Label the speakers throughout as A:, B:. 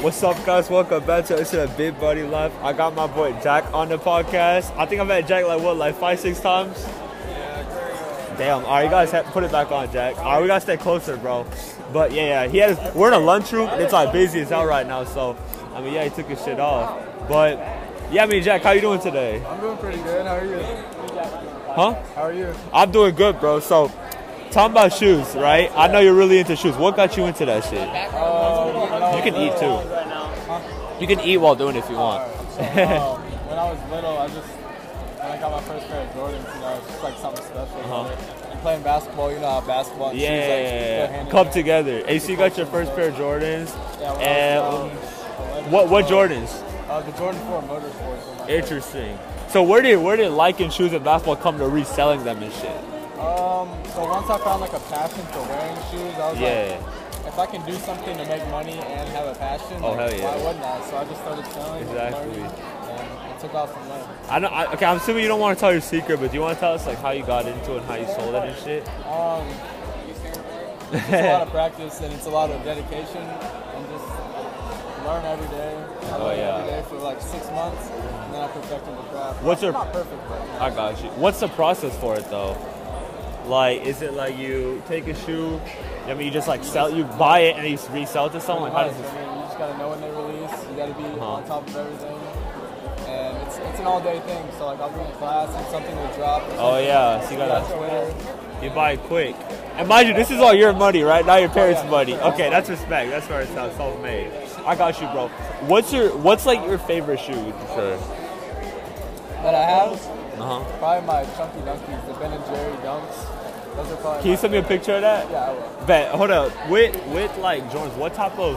A: What's up, guys? Welcome back to it's a Big Buddy Life. I got my boy Jack on the podcast. I think I've had Jack like what, like five, six times. Damn. All right, you guys have put it back on, Jack. All right, we gotta stay closer, bro. But yeah, yeah, he has. We're in a lunchroom. and It's like busy as hell right now. So, I mean, yeah, he took his shit off. But yeah, I mean, Jack, how you doing today?
B: I'm doing pretty good. How are you?
A: Huh?
B: How are you?
A: I'm doing good, bro. So, talking about shoes, right? I know you're really into shoes. What got you into that shit?
B: Um,
A: You can eat too. You can eat while doing it if you want.
B: um, when I was little, I just when I got my first pair of Jordans, you know, it's just like something special. you know? And playing basketball, you know how basketball and shoes like go hand
A: Uh-huh. Yeah,
B: in
A: come
B: hand.
A: together. AC got your first pair of Jordans.
B: Yeah, when I was,
A: And
B: um, 11,
A: Eh, what what
B: 12,
A: Jordans?
B: Uh, the Jordan 4 Motorsports. were my favorite.
A: Interesting. So where did where did liking shoes and basketball come to reselling them and shit?
B: Um, so once I found like a passion for wearing shoes, I was
A: Yeah.
B: like, if I can do something to make money and have a passion,
A: Oh,
B: like,
A: hell yeah.
B: why wouldn't I? So I just started selling. and
A: Exactly.
B: learning, And it took off from there.
A: I know. I, okay, I'm assuming you don't want to tell your secret, but do you want to tell us like how you got into it, and how you sold it and shit?
B: Um, it's a lot of practice and it's a lot of dedication and just learn every day. I
A: Oh,
B: learned
A: yeah.
B: every day for like six months and then I perfected the craft.
A: What's your-
B: not perfect, but
A: I got you. What's the process for it though? Like, is it like you take a shoe? I mean, you just like sell, you buy it and you resell it to someone. Like, Oh, how does
B: I
A: this? Uh-huh.
B: mean, you just gotta know when they release. You gotta be on top of everything. And it's, it's an all day thing. So like I'll be in class and something will drop.
A: Oh
B: Or
A: yeah, so you
B: something on
A: gotta
B: Twitter.
A: you buy it quick. And mind you, this is all your money, right? Not your parents'
B: yeah.
A: money. Okay, that's respect. That's where it's at. Self-made. I got you, bro. What's your What's like your favorite shoe? Would you say?
B: That I have
A: Uh huh.
B: probably my chunky dunkies, the Ben and Jerry dunks. Those are probably.
A: Can you
B: my-
A: send me a picture of that?
B: yeah, I will.
A: Bet. Hold up. With with like Jordans, what type of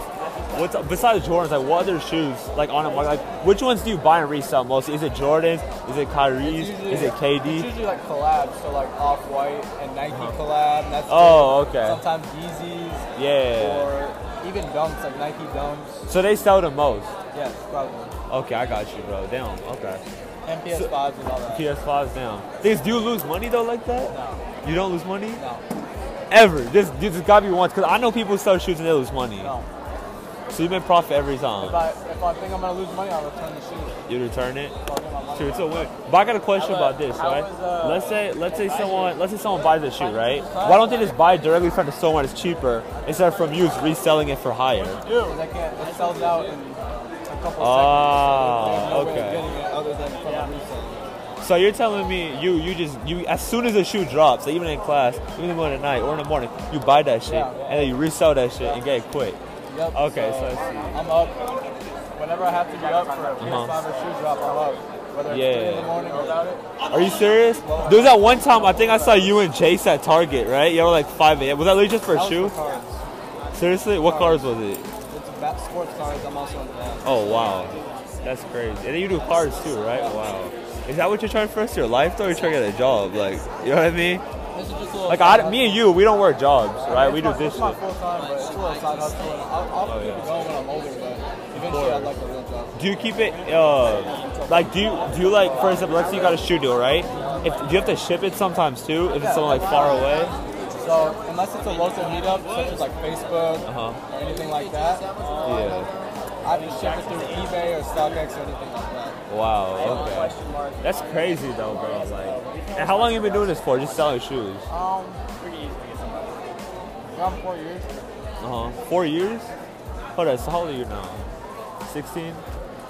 A: what's besides Jordans? Like what other shoes like on the market? Like which ones do you buy and resell most? Is it Jordans? Is it Kyrie's?
B: Usually-
A: Is it
B: It's
A: KD?
B: usually like collabs, so like Off White and Nike collab. That's
A: Uh-huh. Oh, okay.
B: Sometimes Yeezys
A: Yeah.
B: or even Dunks, like Nike Dunks.
A: So they sell the most.
B: Yes, probably.
A: Okay, I got you, bro. Damn. Okay.
B: And PS5s and all that.
A: PS5s down. Things do you lose money though like that?
B: no,
A: You don't lose money
B: no,
A: ever. This this gotta be once because I know people sell shoes and they lose money.
B: no.
A: So you make profit every
B: If
A: time.
B: I, if I think I'm gonna lose money, I'll return the shoe.
A: You return it.
B: I'll get my money.
A: True, it's a win. But I got a question
B: How
A: about
B: about-
A: this,
B: how
A: right?
B: was, uh,
A: let's say let's say someone let's say someone buys a shoe, right? Why don't they just buy it directly from the store when it's cheaper instead of from you just reselling it for higher?
B: Because I can't. It sells out in a couple
A: Ah,
B: seconds. so there's no way of
A: Oh, okay.
B: getting it other than from a resale.
A: So you're telling me you you just you as soon as a shoe drops, like even in class, even in the middle of the night or in the morning, you buy that shit
B: Yeah, yeah.
A: and then you resell that shit and get it quick.
B: Yep.
A: Okay, so
B: so,
A: I see. Uh-huh.
B: I'm up. Whenever I have to be up for a PS5 or shoe drop, I'm up. Whether it's three in
A: Yeah.
B: the morning or without it.
A: Are you serious? There was that one time I think I saw you and Chase at Target, right? Y'all were like 5 a.m. Was that literally just for a
B: that
A: shoe?
B: was for cards.
A: Seriously? What cars was it?
B: It's about sports cards. I'm also into that.
A: Oh, wow. That's crazy. And then you do cars too, right? Wow. Is that what you're trying for us? Your life, though? You're trying to get a job. Like, you know what I mean?
B: This is just a little
A: Like,
B: side
A: I, me and you, we don't work jobs, right? We do this
B: It's my
A: shit.
B: full time, but it's a little side hustle. and I'll, I'll
A: Oh,
B: keep
A: yeah.
B: it going when I'm older, but eventually I'd like a real job.
A: Do you keep it, uh, like, do you, do you like, for example, let's say you got a shoe deal, right? If, do you have to ship it sometimes too? If it's somewhere like far away?
B: So unless it's a local meetup, such as like Facebook
A: Uh-huh.
B: or anything like that, uh,
A: Yeah.
B: I just ship it through eBay or StockX or anything like that.
A: Wow. Okay.
B: Question mark.
A: That's crazy though, bro. Like, and how long you been doing this for? Just selling shoes?
B: Um, pretty easy to get somebody. Around four years. Uh-huh.
A: Uh huh. Four years? Hold on. So how old are you now? Sixteen.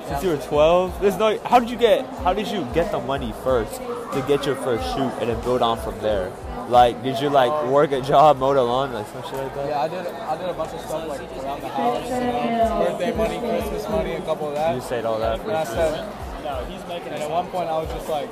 A: Since you were twelve. There's no. How did you get? How did you get the money first to get your first shoe and then build on from there? Like, did you like work a job, mow the lawn, like some shit like that?
B: Yeah, I did. I did a bunch of stuff like around the house, you know, birthday money, Christmas money, a couple of that.
A: You said all that.
B: And I
A: First year.
B: said, and at one point I was just like,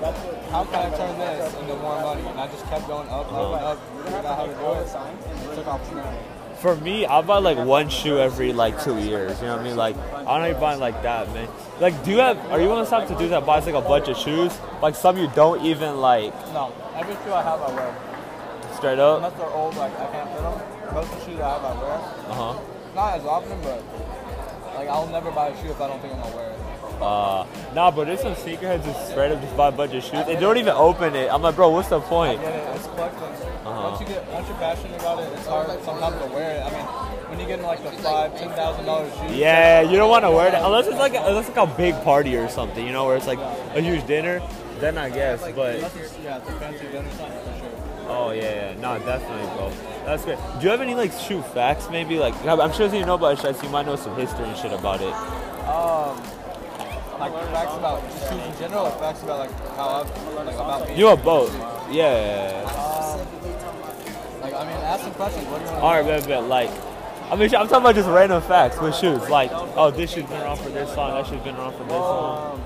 B: how can I turn this into more money? And I just kept going up, up, and up, figured out how to do it, and took off from there.
A: For me, I buy like one shoe every like two years. You know what I mean? Like, I don't even buy like that, man. Like, do you have? Are you one of those type to do that buys like a bunch of shoes? Like some you don't even like
B: No, every shoe I have I wear.
A: straight up.
B: Unless they're old, like I can't fit them. Most of the shoes I have I wear.
A: Uh huh.
B: Not as often, but like I'll never buy a shoe if I don't think I'm gonna wear it.
A: Uh, nah, but there's some sneakerheads that straight up just buy a bunch of shoes. and They don't even open it. I'm like, bro, what's the point?
B: Get it? It's collecting.
A: Uh-huh.
B: Once you get, once you're passionate about it, it's hard sometimes to wear it. I mean, when you get in like the five, ten thousand dollars shoes.
A: Yeah, you don't want to wear that unless it's like unless it's like a big party or something, you know, where it's like a huge dinner. Then I guess, but
B: Unless it's, yeah, it's a fancy dinner something
A: oh
B: for sure.
A: yeah, yeah, no, definitely, bro. That's great. Do you have any like shoe facts? Maybe like I'm sure you know about shoes. You might know some history and shit about it.
B: Like facts about just shoes in general, or facts about like how I've like about me.
A: You have both. Yeah.
B: Like I mean, ask some questions. What do you want?
A: All right, man, but like. I mean, I'm talking about just random facts with shoes. Like, oh, this shoe's been around for this long, that shoe's been around for this long.
B: Um,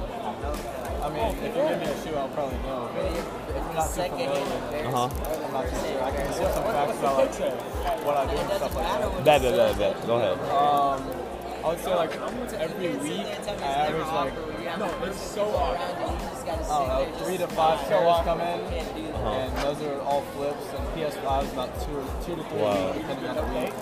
B: I mean, if you give me a shoe, I'll probably know. But if you're not too familiar,
A: Uh huh.
B: I'm not too sure. I can say some facts about like what I do and stuff like that.
A: Bet, bet, bet, bet. Go ahead.
B: Um, I would say like every week I average like I don't know, three to five pairs come in, and those are all flips. And PS5 is about two, or- two to three
A: Wow.
B: depending on the week.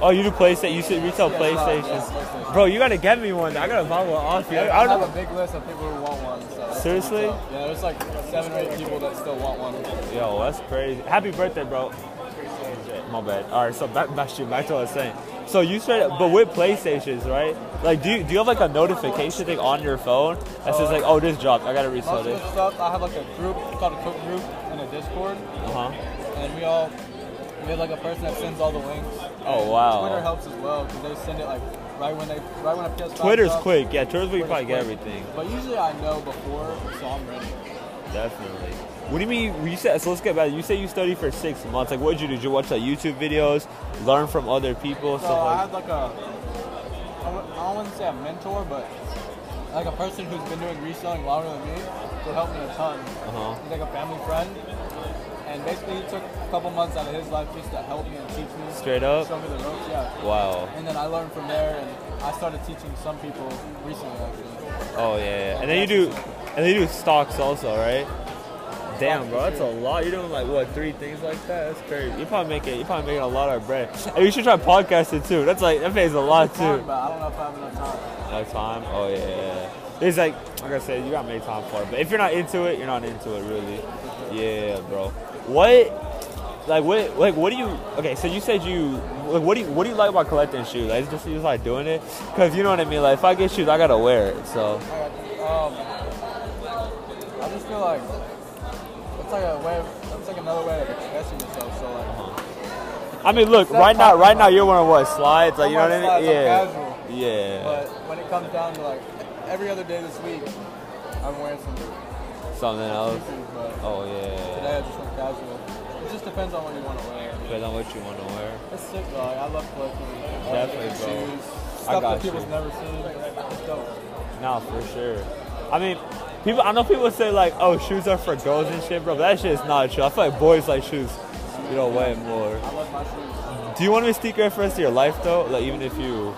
A: Oh, you do PlayStation. You should retail
B: Yeah,
A: PlayStation.
B: PlayStation.
A: Bro, you gotta get me one. I gotta buy one off you. I
B: I
A: don't
B: have
A: know.
B: a big list of people who want one. So that's-
A: Seriously?
B: Yeah, there's like seven or eight people that still want one.
A: Yo, that's crazy. Happy birthday, bro. My bad. All right, so back, back to back to what I was saying. So you straight, but with PlayStations, right? Like, do you do you have like a notification thing on your phone that says like, oh, this dropped. I gotta
B: Most
A: resell
B: of
A: this.
B: the stuff I have like a group it's called a cook group and a Discord,
A: Uh huh.
B: and we all we have like a person that sends all the links.
A: Oh
B: Twitter
A: wow.
B: helps as well because they send it like right when they right when a PS5.
A: Twitter's
B: drops.
A: quick. Yeah, Twitter's where you probably
B: Twitter's
A: get
B: quick.
A: everything.
B: But usually I know before, so I'm ready.
A: Definitely. What do you mean? You said so. Let's get back. You say you studied for six months. Like, what did you do? Did you watch like YouTube videos, learn from other people,
B: So
A: stuff
B: I
A: like?
B: had like a, I wou- I don't want to say a mentor, but like a person who's been doing reselling longer than me who helped me a ton.
A: Uh huh.
B: He's like a family friend. And basically he took a couple months out of his life just to help me and teach me.
A: Straight up?
B: Show me the ropes, yeah.
A: Wow.
B: And then I learned from there and I started teaching some people recently actually.
A: Oh yeah, yeah. and then you do, and then you do stocks also, right? Damn, bro, that's a lot. You're doing like what three things like that? That's crazy. You probably making you probably making a lot of bread. And you should try podcasting too. That's like that pays a lot too.
B: But I don't know if I have enough time.
A: No time. Oh yeah, yeah. yeah. It's like like I said, you gotta make time for it. But if you're not into it, you're not into it really. Yeah, bro. What? Like what? Like what do you? Okay, so you said you. Like what do you? What do you like about collecting shoes? Like it's just you just like doing it, cause you know what I mean. Like if I get shoes, I gotta wear it. So.
B: Um, I just feel like it's like a way of, it's like another way of expressing yourself. So like,
A: I mean, look,
B: Instead of
A: right now,
B: talking
A: right
B: about-
A: now you're wearing what slides, like you know what
B: I'm
A: I mean?
B: wearing slides, I'm
A: yeah, yeah,
B: but when it comes down to like every other day this week, I'm wearing some shoes,
A: something else.
B: but
A: Oh yeah,
B: today I just went casual. It just depends on what you want to wear.
A: depends on what you want to wear.
B: It's sick though. Like, I love collecting
A: Definitely, bro.
B: shoes, stuff
A: I got
B: that people's
A: you.
B: never seen. It's dope.
A: No, for sure. I mean, people. I know people say like, oh, shoes are for girls and shit, bro. But that shit is not true. I feel like boys like shoes, you know, way more.
B: I love my shoes.
A: Do you want to be a sneaker for the rest of your life though? Like even if you,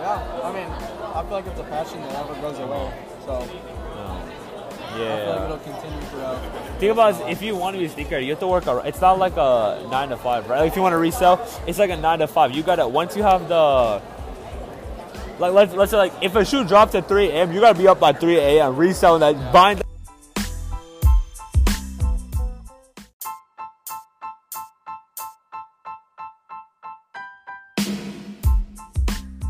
B: Yeah, I mean, I feel like it's a passion that never goes away. So I feel like
A: yeah.
B: it'll continue throughout.
A: Think about it, if you want to be a sneaker, you have to work. A, it's not like a nine to five, right? Like if you want to resell, it's like a nine to five. You gotta once you have the like let's let's say like if a shoe drops at three a.m., you gotta be up by three a.m. reselling that, buying. That.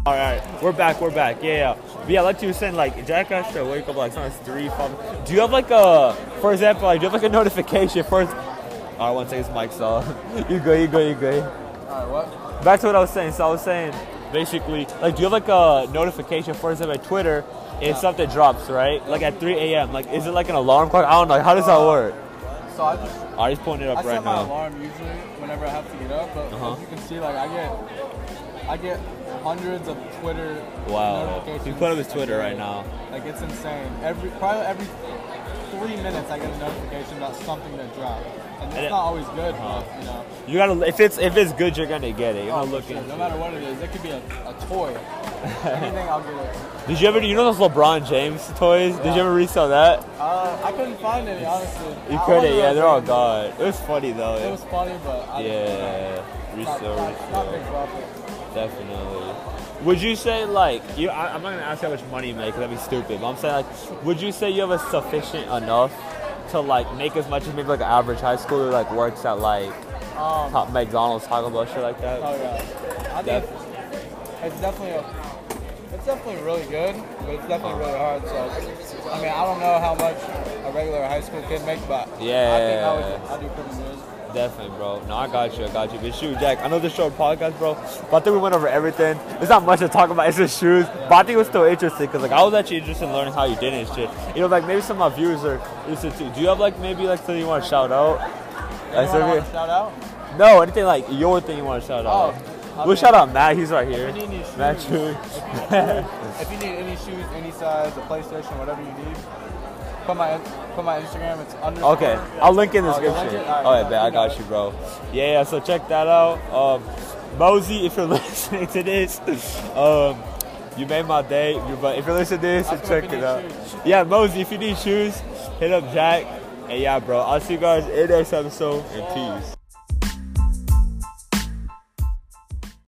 A: All right, all right. we're back, we're back. Yeah, yeah. But yeah, like you were saying, like Jack has to wake up like sometimes three, five. Do you have like a, for example, like do you have like a notification first? All right, one second, Mike's off. you good, you good, you good
B: All right, what?
A: back to what I was saying. So I was saying, basically, like, do you have like a notification for example, at Twitter if something drops, right? Like at 3 a.m. Like, is it like an alarm clock? I don't know. How does that work?
B: So I just
A: I just pulling it up
B: Uh, I
A: right
B: set my
A: now.
B: alarm usually whenever I have to get up, but
A: Uh-huh.
B: as you can see, like I get, I get hundreds of Twitter
A: Wow.
B: notifications.
A: He put up his Twitter
B: a day.
A: right now.
B: Like it's insane. Every probably every three minutes I get a notification about something that dropped. and
A: And
B: it's
A: it- Uh-huh.
B: not always good. But, you know,
A: You gotta if it's if it's good, you're gonna get it. You're gonna look
B: for sure.
A: into
B: no
A: it.
B: matter what it is, it could be a, a toy. Anything I'll get it.
A: Did you ever? You know those LeBron James toys? Did you ever resell that?
B: Uh, I couldn't find any, honestly.
A: You
B: I
A: couldn't.
B: wonder
A: Yeah,
B: if
A: they're all
B: they-
A: gone. It was funny
B: It
A: though.
B: was funny, but I
A: Yeah, yeah.
B: not,
A: resell,
B: not, not big
A: resell,
B: profit.
A: definitely. Would you say like you? I, I'm not gonna ask you how much money you make. 'cause That'd be stupid. But I'm saying like, would you say you have a sufficient enough to like make as much as maybe like an average high schooler like works at like
B: Um,
A: top McDonald's, Taco Bell, shit like that?
B: Oh yeah, I think
A: Def-
B: it's definitely a, it's definitely really good, but it's definitely really hard. So I mean, I don't know how much a regular high school kid makes, but I think I would
A: Yeah.
B: I do pretty good.
A: Definitely, bro. No, I got you. I got you. But shoot, Jack, I know this short podcast, bro. But I think we went over everything. There's not much to talk about. It's just shoes. But I think it was still interesting because, like, I was actually interested in learning how you did it and shit. You know, like, maybe some of my viewers are interested too. Do you have, like, maybe, like, something you want to shout out? Like,
B: Anyone want
A: something-
B: to shout out?
A: no, anything, like, your thing you want to shout out.
B: Oh,
A: we'll
B: okay.
A: shout out Matt. He's right here.
B: If you need any shoes,
A: Matt Chu.
B: if you need any shoes, any size, a PlayStation, whatever you need, put my put my Instagram. It's under.
A: Okay, I'll link in the
B: Oh, you
A: description.
B: like it?
A: All right,
B: Alright, yeah,
A: man, I
B: you got
A: got
B: it.
A: you, bro. Yeah, yeah. So check that out, um, Mosey. If you're listening to this, um, you made my day. You- But if you're listening to this,
B: Ask him
A: check
B: if
A: it
B: he
A: out.
B: needs shoes.
A: Yeah, Mosey. If you need shoes, hit up Jack. And yeah, bro. I'll see you guys in the next episode. And peace.